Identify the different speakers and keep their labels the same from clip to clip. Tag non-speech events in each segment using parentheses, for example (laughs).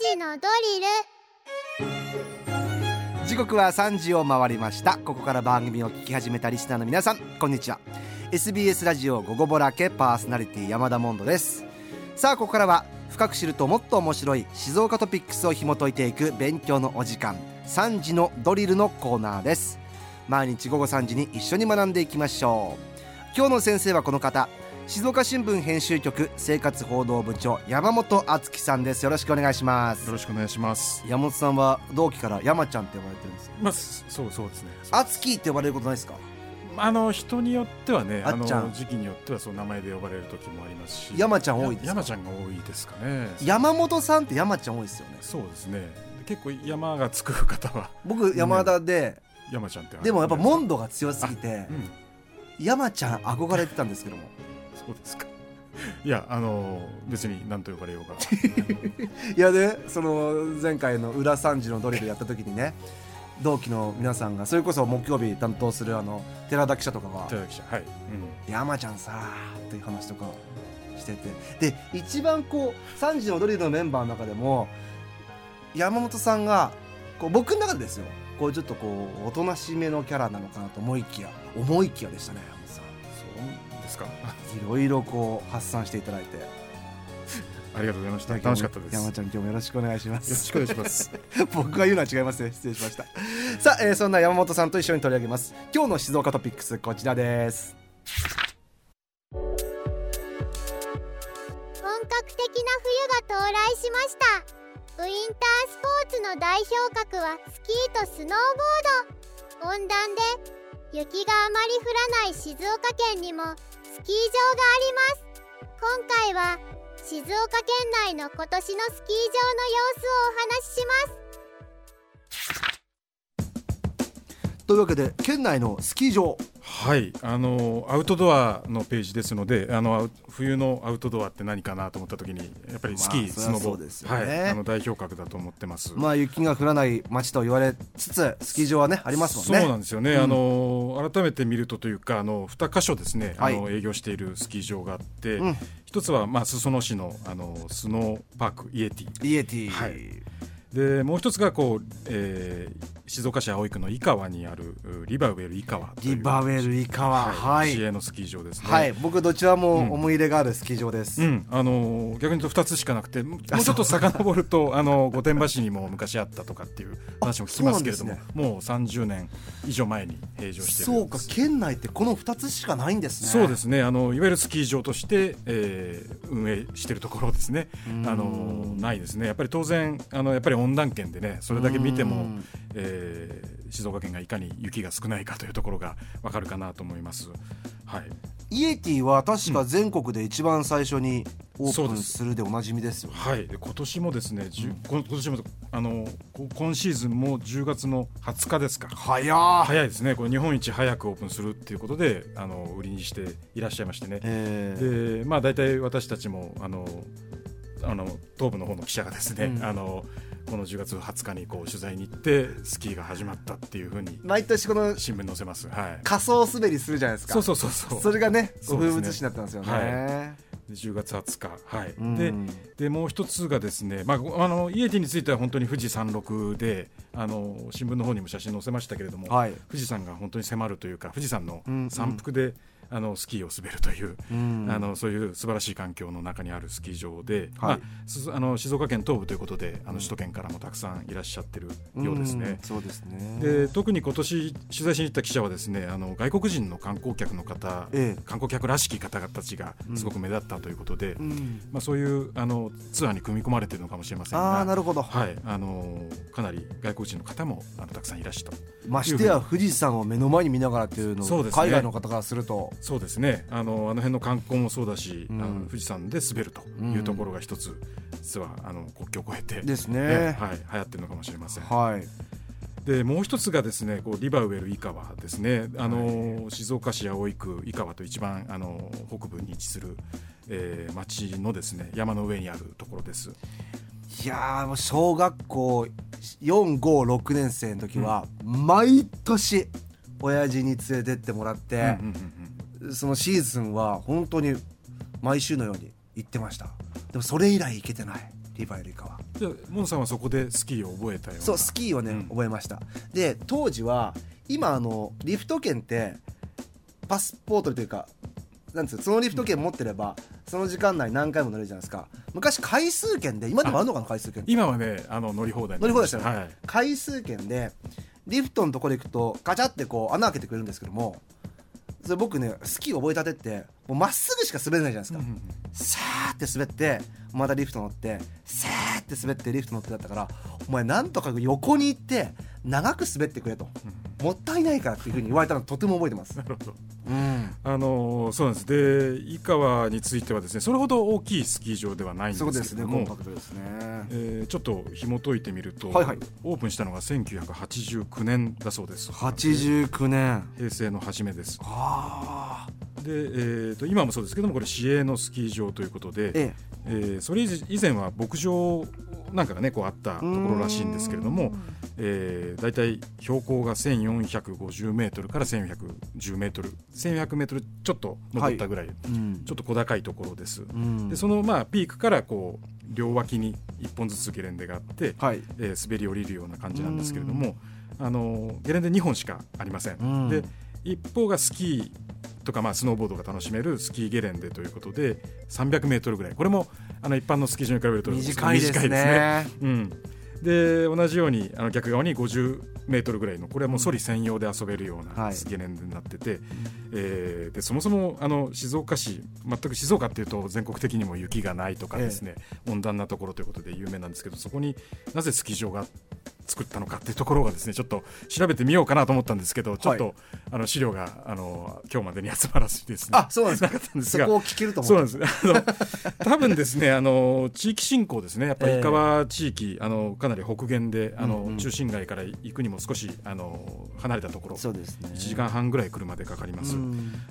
Speaker 1: 時のドリル
Speaker 2: 時刻は3時を回りましたここから番組を聞き始めたリスナーの皆さんこんにちは SBS ラジオ「午後ぼらけ」パーソナリティ山田モンドですさあここからは深く知るともっと面白い静岡トピックスを紐解いていく勉強のお時間3時のドリルのコーナーです毎日午後3時に一緒に学んでいきましょう今日の先生はこの方静岡新聞編集局生活報道部長山本敦樹さんですよろしくお願いします
Speaker 3: よろしくお願いします。
Speaker 2: 山本さんは同期から山ちゃんって呼ばれてるんです
Speaker 3: まあ、そそうそうですね。
Speaker 2: アツキーって呼ばれることないですか
Speaker 3: あの人によってはね、
Speaker 2: あ
Speaker 3: あ
Speaker 2: っ
Speaker 3: の
Speaker 2: ちゃん
Speaker 3: 時期によってはそう名前で呼ばれる時もありますし、
Speaker 2: 山ちゃん多いですか
Speaker 3: や山ちゃんが多いですかね。
Speaker 2: 山本さんって山ちゃん多いですよね
Speaker 3: そうですね。結構山がつく方は (laughs)
Speaker 2: 僕山田で、
Speaker 3: 山ちゃんってある。
Speaker 2: でもやっぱモ
Speaker 3: う
Speaker 2: ンドが強すぎて
Speaker 3: ん、
Speaker 2: 山ちゃん憧れてたんですけども
Speaker 3: そうですか。 (laughs) いやあの別に何と呼ばれよう
Speaker 2: (laughs)
Speaker 3: か。
Speaker 2: いやねその前回の裏三時のドリルやった時にね同期の皆さんがそれこそ木曜日担当するあの寺田記者とかが
Speaker 3: 寺田記者はい。
Speaker 2: 「山ちゃんさ」っていう話とかしててで一番こう3時のドリルのメンバーの中でも山本さんがこう僕の中でですよこうちょっとこうおとなしめのキャラなのかなと思いきや思いきやでしたね山本さ
Speaker 3: うん。そうですか。
Speaker 2: んいろいろこう発散していただいて
Speaker 3: ありがとうございました。楽しかったです。
Speaker 2: 山
Speaker 3: よ
Speaker 2: ちゃん今日もよろしくお願いしま
Speaker 3: ろ
Speaker 2: す
Speaker 3: しくお願いします。
Speaker 2: 僕が言うのは違いますね失礼しましたさあ、えーそんな山本さんと一緒に取り上げます今日の静岡トピックスこちらです
Speaker 1: 本格的な冬が到来しましたウインタースポーツの代表格はスキーとスノーボード温暖で雪があまり降らない静岡県にもスキー場があります今回は静岡県内の今年のスキー場の様子をお話しします
Speaker 2: というわけで県内のスキー場
Speaker 3: はい、あのアウトドアのページですので、あのアウ冬のアウトドアって何かなと思ったときに、やっぱりスキ
Speaker 2: まあ
Speaker 3: ー、
Speaker 2: そりゃ
Speaker 3: スノボ、
Speaker 2: そうですよね
Speaker 3: はい、あの代表格だと思ってます。
Speaker 2: まあ雪が降らない町と言われつつスキー場はねありますもんね。
Speaker 3: そうなんですよね、
Speaker 2: うん
Speaker 3: あの改めて見るとというかあの2箇所ですね、
Speaker 2: はい
Speaker 3: あの営業しているスキー場があって、
Speaker 2: うん
Speaker 3: 一つは、まあ、裾野市のあのスノーパークイエティ
Speaker 2: イエティ、
Speaker 3: はいでもう一つがこう、えー静岡市葵区の井川にあるうリバウェル井川という
Speaker 2: リバウェルイカワは
Speaker 3: はい
Speaker 2: い、
Speaker 3: 市
Speaker 2: はい
Speaker 3: 営のスキー場ですね。
Speaker 2: 僕どちらも思い入れがあるスキー場です。
Speaker 3: うん、あのー逆に言うと2つしかなくてもうもうちょっと遡ると (laughs) あのー御殿場市にも昔あったとかっていう話も聞きますけれども、
Speaker 2: あそう
Speaker 3: もう30年以上前に閉場してい
Speaker 2: そ
Speaker 3: る
Speaker 2: うか県内ってこの2つしかないんですね。
Speaker 3: そうですすねあのいわゆるスキー場として、えー運営しているところですねあ
Speaker 2: ん
Speaker 3: のないですねやっぱり当然あのやっぱり温暖圏でねそれだけ見て
Speaker 2: う
Speaker 3: も
Speaker 2: ん、
Speaker 3: えー静岡県がいかに雪が少ないかというところがわかるかなと思います。は
Speaker 2: イ
Speaker 3: い、
Speaker 2: エティは確か全国で一番最初にオープンするでおなじみですよね。
Speaker 3: はい、で今年もですね、じゅこ今年もあのこ今シーズンも10月の20日ですか。
Speaker 2: 早ー、
Speaker 3: 早いですね。これ日本一早くオープンするっていうことであの売りにしていらっしゃいましてね。
Speaker 2: えー
Speaker 3: で、まあ大体私たちもあのあの東部の方の記者がですね、
Speaker 2: うん
Speaker 3: あのこの10月20日にこう取材に行ってスキーが始まったっていうふうに
Speaker 2: 毎年この
Speaker 3: 新聞載せます。はい。
Speaker 2: 仮想滑りするじゃないですか。
Speaker 3: そうそうそうそう。
Speaker 2: それがね
Speaker 3: そう
Speaker 2: 風
Speaker 3: ですね
Speaker 2: 物詩になったんですよね。
Speaker 3: はで10月20日。はい。
Speaker 2: うん
Speaker 3: で。でもう一つがですね、まあ、ごあのイエティについては本当に富士山麓であの新聞の方にも写真載せましたけれども、
Speaker 2: はい
Speaker 3: 富士山が本当に迫るというか富士山の
Speaker 2: うんうん
Speaker 3: 山腹で、あのスキーを滑るという、
Speaker 2: うん
Speaker 3: あのそういう素晴らしい環境の中にあるスキー場で、
Speaker 2: はい
Speaker 3: まあすあの静岡県東部ということであの首都圏からもたくさんいらっしゃってるようですね。
Speaker 2: んそうですね。
Speaker 3: で特に今年取材しに行った記者はですねあの外国人の観光客の方、
Speaker 2: ええ
Speaker 3: 観光客らしき方々たちがすごく目立ったということで、
Speaker 2: うん
Speaker 3: まあ、そういうあのツアーに組み込まれているのかもしれませんが
Speaker 2: ああなるほど、
Speaker 3: はい、あのかなり外国人の方もあのたくさんいらした
Speaker 2: ましてや富士山を目の前に見ながらっていうの
Speaker 3: そう
Speaker 2: を
Speaker 3: ですね
Speaker 2: 海外の方からすると
Speaker 3: そうですねあのあの辺の観光もそうだし、
Speaker 2: うん
Speaker 3: あの富士山で滑るというところが一つ、実はあの国境を越えて。
Speaker 2: です
Speaker 3: ね
Speaker 2: ね
Speaker 3: はい、流行ってるのかもしれません。
Speaker 2: はい
Speaker 3: で、もう一つがですね、こうリバウェル井川ですね。あの、静岡市葵区井川と一番あの北部に位置する、えー、町のですね、山の上にあるところです。
Speaker 2: いやーもう小学校456年生の時は毎年親父に連れてってもらって
Speaker 3: うんうんうん
Speaker 2: そのシーズンは本当に毎週のように行ってましたでもそれ以来行けてないリバエルイカは
Speaker 3: じゃあモンさんはそこでスキーを覚えたような
Speaker 2: そうスキーをね、
Speaker 3: うん
Speaker 2: 覚えましたで当時は今あのリフト券ってパスポートというかなんつうのそのリフト券持ってれば、その時間内何回も乗れるじゃないですか昔回数券で今でもあるのかな回数券って
Speaker 3: 今はねあの乗り放題に
Speaker 2: 乗り放題
Speaker 3: なりま
Speaker 2: で
Speaker 3: し
Speaker 2: した
Speaker 3: た
Speaker 2: ね、
Speaker 3: はい
Speaker 2: 回数券でリフトのところ行くとガチャってこう穴開けてくれるんですけどもそれ僕ねスキー覚えたてってもうまっすぐしか滑れないじゃないですか、
Speaker 3: うんうんうん
Speaker 2: さーって滑ってまたリフト乗ってさーって滑ってリフト乗ってだったからお前なんとか横に行って長く滑ってくれともったいないからっていうふうに言われたのとても覚えてます
Speaker 3: なるほど
Speaker 2: うん
Speaker 3: あのそうなんですで井川についてはですねそれほど大きいスキー場ではないん
Speaker 2: そう
Speaker 3: で
Speaker 2: ですす
Speaker 3: け
Speaker 2: ね
Speaker 3: ど
Speaker 2: コ
Speaker 3: も
Speaker 2: ンパクトですね
Speaker 3: えーちょっと紐解いてみると、
Speaker 2: はいはい
Speaker 3: オープンしたのが1989年だそうです
Speaker 2: 89年
Speaker 3: 平成の初めです
Speaker 2: ああ
Speaker 3: で、えー、と今もそうですけどもこれ市営のスキー場ということで、
Speaker 2: え
Speaker 3: えーそれ以前は牧場なんかがねこうあったところらしいんですけれども、えー、大体標高が1450メートルから1410メートル1400メートルちょっと登ったぐらい、
Speaker 2: えうん
Speaker 3: ちょっと小高いところです、
Speaker 2: うん
Speaker 3: でそのまあピークからこう両脇に1本ずつゲレンデがあって、
Speaker 2: はい
Speaker 3: えー滑り降りるような感じなんですけれども、あのゲレンデ2本しかありません、
Speaker 2: うん
Speaker 3: で一方がスキーとか、まあ、スノーボードが楽しめるスキーゲレンデということで300メートルぐらいこれもあの一般のスキー場に比べると
Speaker 2: 短いです
Speaker 3: 短いですね
Speaker 2: ね
Speaker 3: うん、で同じようにあの逆側に50メートルぐらいのこれはもうソリ専用で遊べるよう
Speaker 2: は
Speaker 3: ないゲレンデになってて、えーでそもそもあの静岡市全く静岡っていうと全国的にも雪がないとかですね、温暖なところということで有名なんですけどそこになぜスキー場が作ったのかっていうところがですねちょっと調べてみようかなと思ったんですけど、ちょっとあの資料があの今日までに集まらずですね
Speaker 2: あそうなんです
Speaker 3: かったん
Speaker 2: か
Speaker 3: です
Speaker 2: そ
Speaker 3: が
Speaker 2: こを聞けると思
Speaker 3: そう
Speaker 2: う
Speaker 3: なんです。あの多分ですね、あの地域振興ですね。やっぱり
Speaker 2: ええ
Speaker 3: 伊川地域、あのかなり北限で、あの、
Speaker 2: うんうん
Speaker 3: 中心街から行くにも少しあの離れたところ、
Speaker 2: そ
Speaker 3: 1
Speaker 2: うですね
Speaker 3: 時間半ぐらい車でかかります。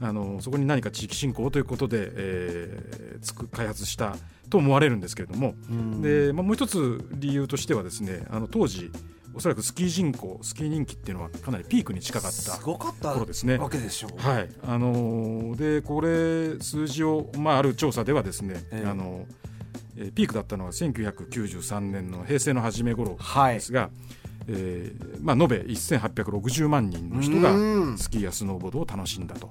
Speaker 3: あのそこに何か地域振興ということで、えーつく開発したと思われるんですけれども、
Speaker 2: うん
Speaker 3: でまあ、もう一つ理由としてはですね、あの当時おそらくスキー人口、スキー人気っていうのはかなりピークに近かった
Speaker 2: すごかった
Speaker 3: 頃ですね
Speaker 2: わけでしょう
Speaker 3: はい、あのーでこれ数字を、まあ、ある調査ではですね、
Speaker 2: ええ
Speaker 3: あのえーピークだったのは1993年の平成の初め頃
Speaker 2: はい
Speaker 3: ですが、えーまあ、延べ1860万人の人
Speaker 2: う
Speaker 3: が
Speaker 2: ん
Speaker 3: スキーやスノーボードを楽しんだと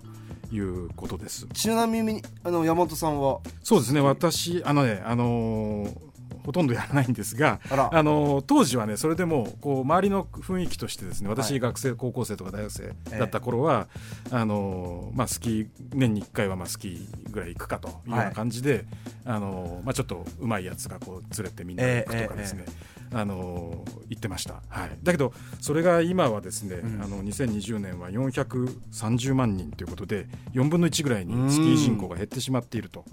Speaker 3: いうことです。
Speaker 2: ちなみにあの山本さんは
Speaker 3: そうですね私あのね、あのーほとんどやらないんですが
Speaker 2: あら
Speaker 3: あのー当時はねそれでもこう周りの雰囲気としてですね私、
Speaker 2: はい
Speaker 3: 学生高校生とか大学生だった頃は、あのーまあ、スキー年に1回はまあスキーぐらい行くかというような感じで、あのーまあ、ちょっとうまいやつがこう連れてみんなで行くとかですね、あのー行ってました、はい、だけどそれが今はですね、
Speaker 2: ん
Speaker 3: あの2020年は430万人ということで4分の1ぐらいにスキー人口が減ってしまっていると。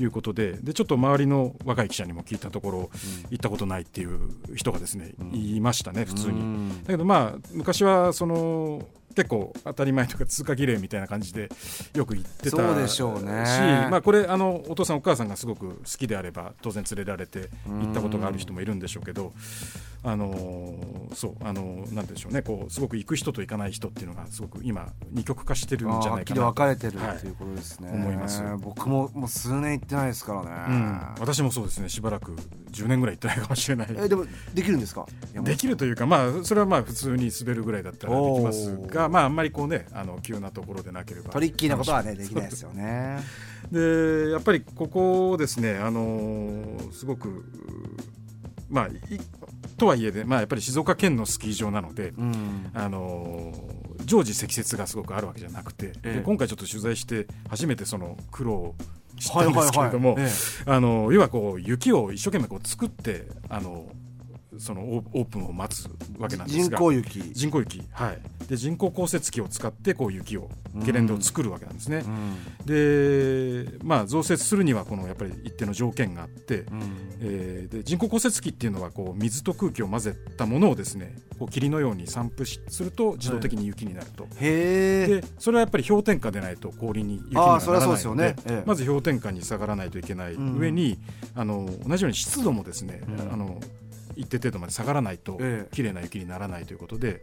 Speaker 3: いうことででちょっと周りの若い記者にも聞いたところ、行ったことないっていう人がですね、いましたね普通に、
Speaker 2: うん
Speaker 3: だけどまあ昔はその結構当たり前というか通過儀礼みたいな感じでよく行ってた
Speaker 2: そうでしょうね
Speaker 3: しまあこれあのお父さんお母さんがすごく好きであれば当然連れられて行ったことがある人もいるんでしょうけどあのーそうあのーなんでしょうねこうすごく行く人と行かない人っていうのがすごく今二極化してるんじゃ
Speaker 2: は
Speaker 3: な
Speaker 2: っ
Speaker 3: い
Speaker 2: き
Speaker 3: か
Speaker 2: り
Speaker 3: な
Speaker 2: 分かれてる
Speaker 3: はい
Speaker 2: っていうことですね、
Speaker 3: 思います
Speaker 2: 僕ももう数年行ってないですから
Speaker 3: うん
Speaker 2: ね、、
Speaker 3: 私もそうですねしばらく10年ぐらい行ってないかもしれない
Speaker 2: えでもできるんですか
Speaker 3: できるというか、まあ、それはまあ普通に滑るぐらいだったらできます
Speaker 2: おー
Speaker 3: が、まあ、あんまりこう、ね、あの急なところでなければ
Speaker 2: トリッキーなことはねできない
Speaker 3: そ
Speaker 2: で
Speaker 3: う
Speaker 2: すよね
Speaker 3: でやっぱりここをですね、あのーすごく、うーまあ、いとはいえで、まあ、やっぱり静岡県のスキー場なので、
Speaker 2: うん
Speaker 3: あのー常時積雪がすごくあるわけじゃなくて、
Speaker 2: ええ
Speaker 3: で今回ちょっと取材して初めてその苦労を知っ
Speaker 2: はい
Speaker 3: たんですけれども、
Speaker 2: はいはいえ
Speaker 3: (laughs) あの要はこう雪を一生懸命こう作ってあのそのオーオープンを待つわけなんです
Speaker 2: 人
Speaker 3: が
Speaker 2: 工雪、
Speaker 3: 人工雪、はい、で人工降雪機を使ってこう雪をゲレンデを作るわけなんですね
Speaker 2: う。ん
Speaker 3: で、まあ、増設するにはこのやっぱり一定の条件があって、えーで人工降雪機っていうのはこう水と空気を混ぜたものをですねこう霧のように散布しすると自動的に雪になると。
Speaker 2: へえ
Speaker 3: でそれはやっぱり氷点下でないと氷に雪に
Speaker 2: あ
Speaker 3: は
Speaker 2: あそ
Speaker 3: な
Speaker 2: りゃ
Speaker 3: ら
Speaker 2: そうで
Speaker 3: ない
Speaker 2: すよね
Speaker 3: ので
Speaker 2: ええ
Speaker 3: まず氷点下に下がらないといけない
Speaker 2: うん
Speaker 3: 上に、あの同じように湿度もですね、
Speaker 2: うん
Speaker 3: あの一定程度まで下がらないと
Speaker 2: ええ
Speaker 3: 綺麗な雪にならないということで、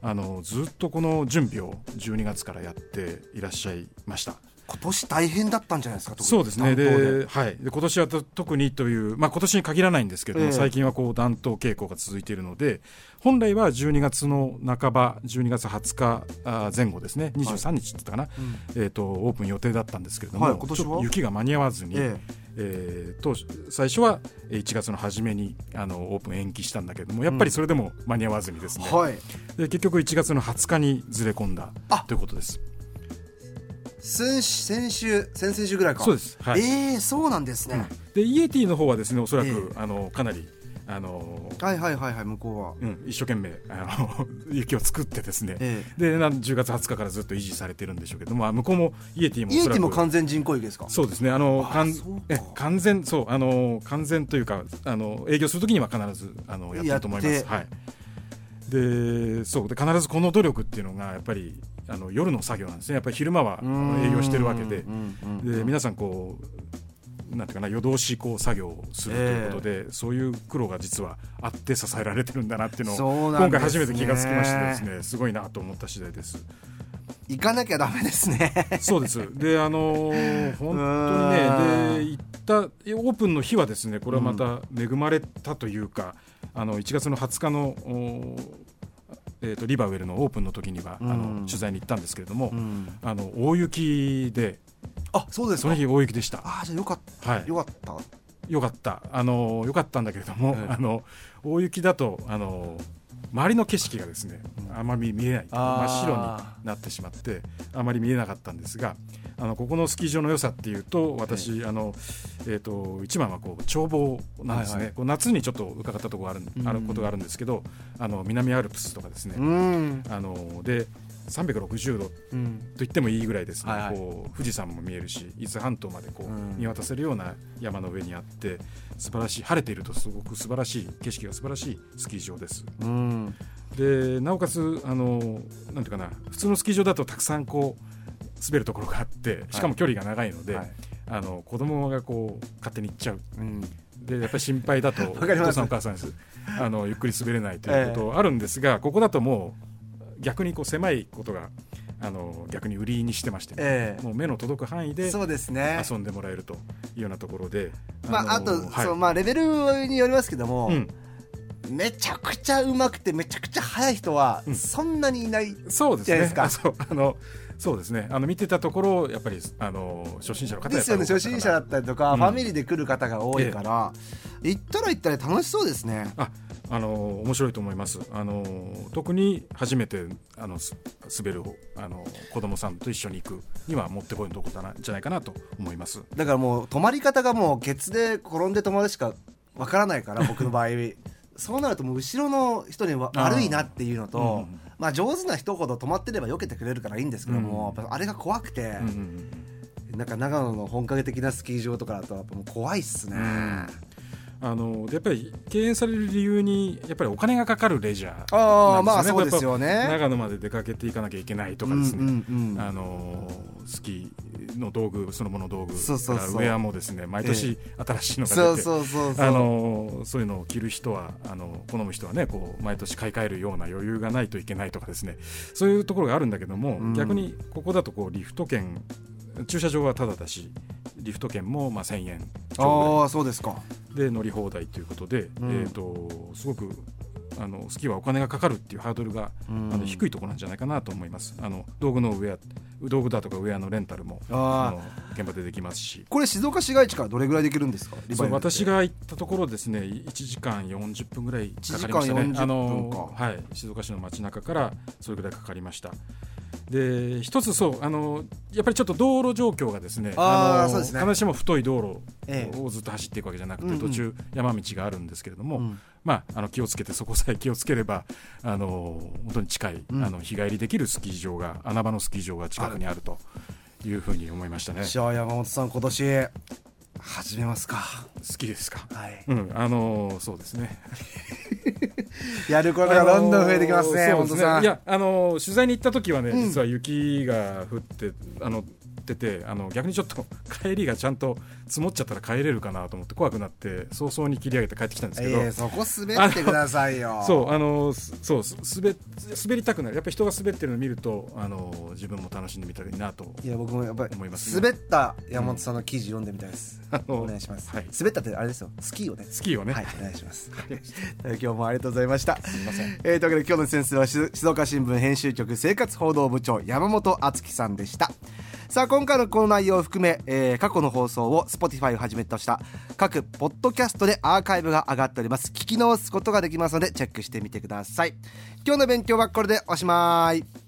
Speaker 3: あのずっとこの準備を12月からやっていらっしゃいました。
Speaker 2: 今年大変だったんじゃないですか特に
Speaker 3: そうですね
Speaker 2: 暖冬
Speaker 3: で、はい、で今年はと特にという、まあ、今年に限らないんですけども、
Speaker 2: ええ
Speaker 3: 最近はこう暖冬傾向が続いているので本来は12月の半ば12月20日あー前後ですね23日って言ったかな、
Speaker 2: うん
Speaker 3: えー、とオープン予定だったんですけれども、
Speaker 2: はい今年は
Speaker 3: ちょっと雪が間に合わずに、
Speaker 2: え
Speaker 3: えー当初最初はえー1月の初めにあのオープン延期したんだけれどもやっぱりそれでも間に合わずにですね、
Speaker 2: えはい
Speaker 3: で結局1月の20日にずれ込んだ
Speaker 2: あ
Speaker 3: ということです。
Speaker 2: 先先週先々週ぐらいか
Speaker 3: そうですはい
Speaker 2: ええそうなんですね、
Speaker 3: でイエティの方はですねおそらく、
Speaker 2: ええ
Speaker 3: あのかなりあの、
Speaker 2: はいはいはいはい向こうは
Speaker 3: うん、一生懸命あの (laughs) 雪を作ってですね、
Speaker 2: え
Speaker 3: でなん10月20日からずっと維持されてるんでしょうけどもあ向こうもイエティもお
Speaker 2: イエ
Speaker 3: そ
Speaker 2: テ
Speaker 3: ら
Speaker 2: ィも
Speaker 3: く
Speaker 2: 完全人工雪ですか
Speaker 3: そうですねあの
Speaker 2: あ
Speaker 3: かん
Speaker 2: そうか
Speaker 3: え完全そうあの完全というかあの営業するときには必ずあのやってると思いま
Speaker 2: やっ
Speaker 3: す。
Speaker 2: て
Speaker 3: はい、でそうで必ずこの努力っていうのがやっぱりあの夜の作業なんですねやっぱり昼間はあの営業してるわけで。
Speaker 2: うんうんうん
Speaker 3: で皆さんこうなんていうかな夜通しこう作業をするということで、そういう苦労が実はあって支えられてるんだなっていうの
Speaker 2: そ
Speaker 3: を
Speaker 2: うなんですね
Speaker 3: 今回初めて気がつきましてですねすごいなと思った次第です
Speaker 2: 行かなきゃダメです
Speaker 3: (laughs)
Speaker 2: ね
Speaker 3: そうですであのー本当にねで行ったオープンの日はですねこれはまた恵まれたというか、あの1月の20日のおえー、とリバウェルのオープンの時には、あ
Speaker 2: うん
Speaker 3: の取材に行ったんですけれども、
Speaker 2: ん
Speaker 3: あの大雪で
Speaker 2: あそうです
Speaker 3: そ
Speaker 2: か
Speaker 3: の日大雪でした。
Speaker 2: ああじゃあよかっ
Speaker 3: はい
Speaker 2: た、よかった
Speaker 3: よかった、あのよかったんだけれども、
Speaker 2: ええ
Speaker 3: あの大雪だと、あの周りの景色がですね、あまり見えない、真
Speaker 2: あー
Speaker 3: っ白になってしまって、あまり見えなかったんですが、あのここのスキー場の良さっていうと、私、あのえー、と一番はこう眺望なんですね、
Speaker 2: はいはい
Speaker 3: こう夏にちょっと伺ったところがあるある
Speaker 2: うん
Speaker 3: ことがあるんですけど、あの南アルプスとかですね、
Speaker 2: うん
Speaker 3: あので360度
Speaker 2: うん
Speaker 3: と言ってもいいぐらいですね、
Speaker 2: はいはい
Speaker 3: こう富士山も見えるし伊豆半島までこ
Speaker 2: うん
Speaker 3: う見渡せるような山の上にあって素晴らしい晴れているとすごく素晴らしい景色が素晴らしいスキー場です
Speaker 2: うん
Speaker 3: でなおかつあのなんていうかな普通のスキー場だとたくさんこう滑るところがあってしかも距離が長いので、
Speaker 2: はい
Speaker 3: あの子供がこう勝手に行っちゃう
Speaker 2: うん
Speaker 3: でやっぱり心配だ
Speaker 2: (laughs)
Speaker 3: とお
Speaker 2: かります
Speaker 3: 父さんお母さんですあのゆっくり滑れないということあるんですが、ここだともう逆にこう狭いことがあの逆に売りにしてましてね、
Speaker 2: ええ
Speaker 3: もう目の届く範囲で
Speaker 2: そうですね
Speaker 3: 遊んでもらえるというようなところで、
Speaker 2: まあ、あ
Speaker 3: の
Speaker 2: と、
Speaker 3: はい
Speaker 2: そうまあレベルによりますけども、
Speaker 3: うん、
Speaker 2: めちゃくちゃうまくてめちゃくちゃ速い人は
Speaker 3: うん
Speaker 2: そんなにいない、
Speaker 3: そうです
Speaker 2: じゃ
Speaker 3: ね
Speaker 2: ないですか
Speaker 3: あそうあのそうですねあの見てたところやっぱりあの初心者の方は
Speaker 2: で
Speaker 3: やっ
Speaker 2: す
Speaker 3: ぱ
Speaker 2: よね
Speaker 3: り多か
Speaker 2: 初
Speaker 3: ったか
Speaker 2: 心
Speaker 3: な
Speaker 2: 者だったりとか、
Speaker 3: うん
Speaker 2: ファミリーで来る方が多いから、行ったら行ったら楽しそうですね
Speaker 3: ああの面白いと思いますあの特に初めてあのす滑るあの子供さんと一緒に行くにはもってこいのとこだなじゃないかなと思います
Speaker 2: だからもう泊まり方がもうケツで転んで泊まるしかわからないから僕の場合 (laughs) そうなるともう後ろの人にわ
Speaker 3: あー
Speaker 2: 悪いなっていうのと、
Speaker 3: うん
Speaker 2: まあ上手な人ほど泊まってれば避けてくれるからいいんですけども、
Speaker 3: う
Speaker 2: やっぱあれが怖くて、
Speaker 3: うんうんうん
Speaker 2: なんか長野の本格的なスキー場とかだとやっぱもう怖いっすね、
Speaker 3: うんあのでやっぱり敬遠される理由にやっぱりお金がかかるレジャーなんですよね
Speaker 2: ああまあそうです
Speaker 3: やっ
Speaker 2: よね
Speaker 3: ぱ長野まで出かけていかなきゃいけないとかですね、
Speaker 2: うんうんうん
Speaker 3: あのスキーの道具そのもの道具
Speaker 2: そうそうそう
Speaker 3: からウェアもですね毎年新しいのが出て、
Speaker 2: そうそうそうそう
Speaker 3: あのそういうのを着る人はあの好む人はねこう毎年買い替えるような余裕がないといけないとかですねそういうところがあるんだけども、
Speaker 2: うん
Speaker 3: 逆にここだとこうリフト券駐車場はタダだしリフト券もまあ1000円ちょ
Speaker 2: ああそうですか
Speaker 3: うどいで乗り放題ということで、
Speaker 2: うん
Speaker 3: えー、とすごくあのスキーはお金がかかるっていうハードルが、
Speaker 2: うん
Speaker 3: あの低いところなんじゃないかなと思いますあの道具のウェア道具だとかウェアのレンタルも
Speaker 2: あー
Speaker 3: の現場でできますし
Speaker 2: これ静岡市街地からどれぐらいできるんですかリバ
Speaker 3: そ
Speaker 2: イ
Speaker 3: う
Speaker 2: バルって
Speaker 3: 私が行ったところですね1時間40分ぐらいかかりまし
Speaker 2: 1時
Speaker 3: た
Speaker 2: 間40分
Speaker 3: ね
Speaker 2: か
Speaker 3: あの、はい、静岡市の街中からそれぐらいかかりましたで一つそうあのやっぱりちょっと道路状況がですね
Speaker 2: あー
Speaker 3: の
Speaker 2: そうですね
Speaker 3: 必ずしも太い道
Speaker 2: ええ
Speaker 3: 路をずっと走っていくわけじゃなくて、
Speaker 2: うんうん
Speaker 3: 途中山道があるんですけれども、
Speaker 2: うん
Speaker 3: まあ、あの気をつけてそこさえ気をつければあの本当に近い、
Speaker 2: うん
Speaker 3: あの日帰りできるスキー場が穴場のスキー場が近くにあるというふうに思いましたね。
Speaker 2: じゃあ山本さん今年始めますか
Speaker 3: 好きですか (laughs)
Speaker 2: はい
Speaker 3: うん、あのそうですね。
Speaker 2: やることがどんどん増えてきますね
Speaker 3: あのー
Speaker 2: 本当
Speaker 3: そうです
Speaker 2: さん
Speaker 3: いや、あのー取材に行った時はね、実は雪が降って、あのっててあの逆にちょっと (laughs) 帰りがちゃんと積もっちゃったら帰れるかなと思って怖くなって早々に切り上げて帰ってきたんですけど、
Speaker 2: えー、そこ滑ってくださいよ
Speaker 3: (laughs) そうあのすそうす滑滑りたくなるやっぱり人が滑ってるのを見るとあの自分も楽しんでみたらいいなと
Speaker 2: いや僕もやっぱり
Speaker 3: 思います
Speaker 2: 滑った山本さんの記事読んでみたいです、
Speaker 3: あの
Speaker 2: お願いします、
Speaker 3: はい
Speaker 2: 滑ったってあれですよスキーをね
Speaker 3: スキーをね、
Speaker 2: はいお願いします今日もありがとうございました
Speaker 3: すみません
Speaker 2: えー、というわけで今日の先生は静静岡新聞編集局生活報道部長山本敦樹さんでしたさあ今回のこの内容を含め、えー過去の放送を Spotify をはじめとした各ポッドキャストでアーカイブが上がっております聞き直すことができますのでチェックしてみてください今日の勉強はこれでおしまい